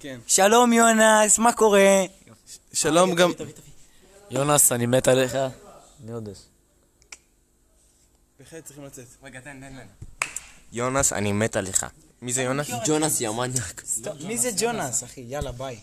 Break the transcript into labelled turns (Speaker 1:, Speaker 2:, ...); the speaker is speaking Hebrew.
Speaker 1: כן.
Speaker 2: שלום יונס, מה קורה?
Speaker 1: שלום גם...
Speaker 3: יונס, אני מת עליך. מי עוד יש?
Speaker 1: בהחלט צריכים לצאת.
Speaker 4: רגע, תן, תן לנו.
Speaker 5: יונס, אני מת עליך. מי זה יונס?
Speaker 4: ג'ונס, יא מניאק.
Speaker 2: מי זה ג'ונס, אחי? יאללה, ביי.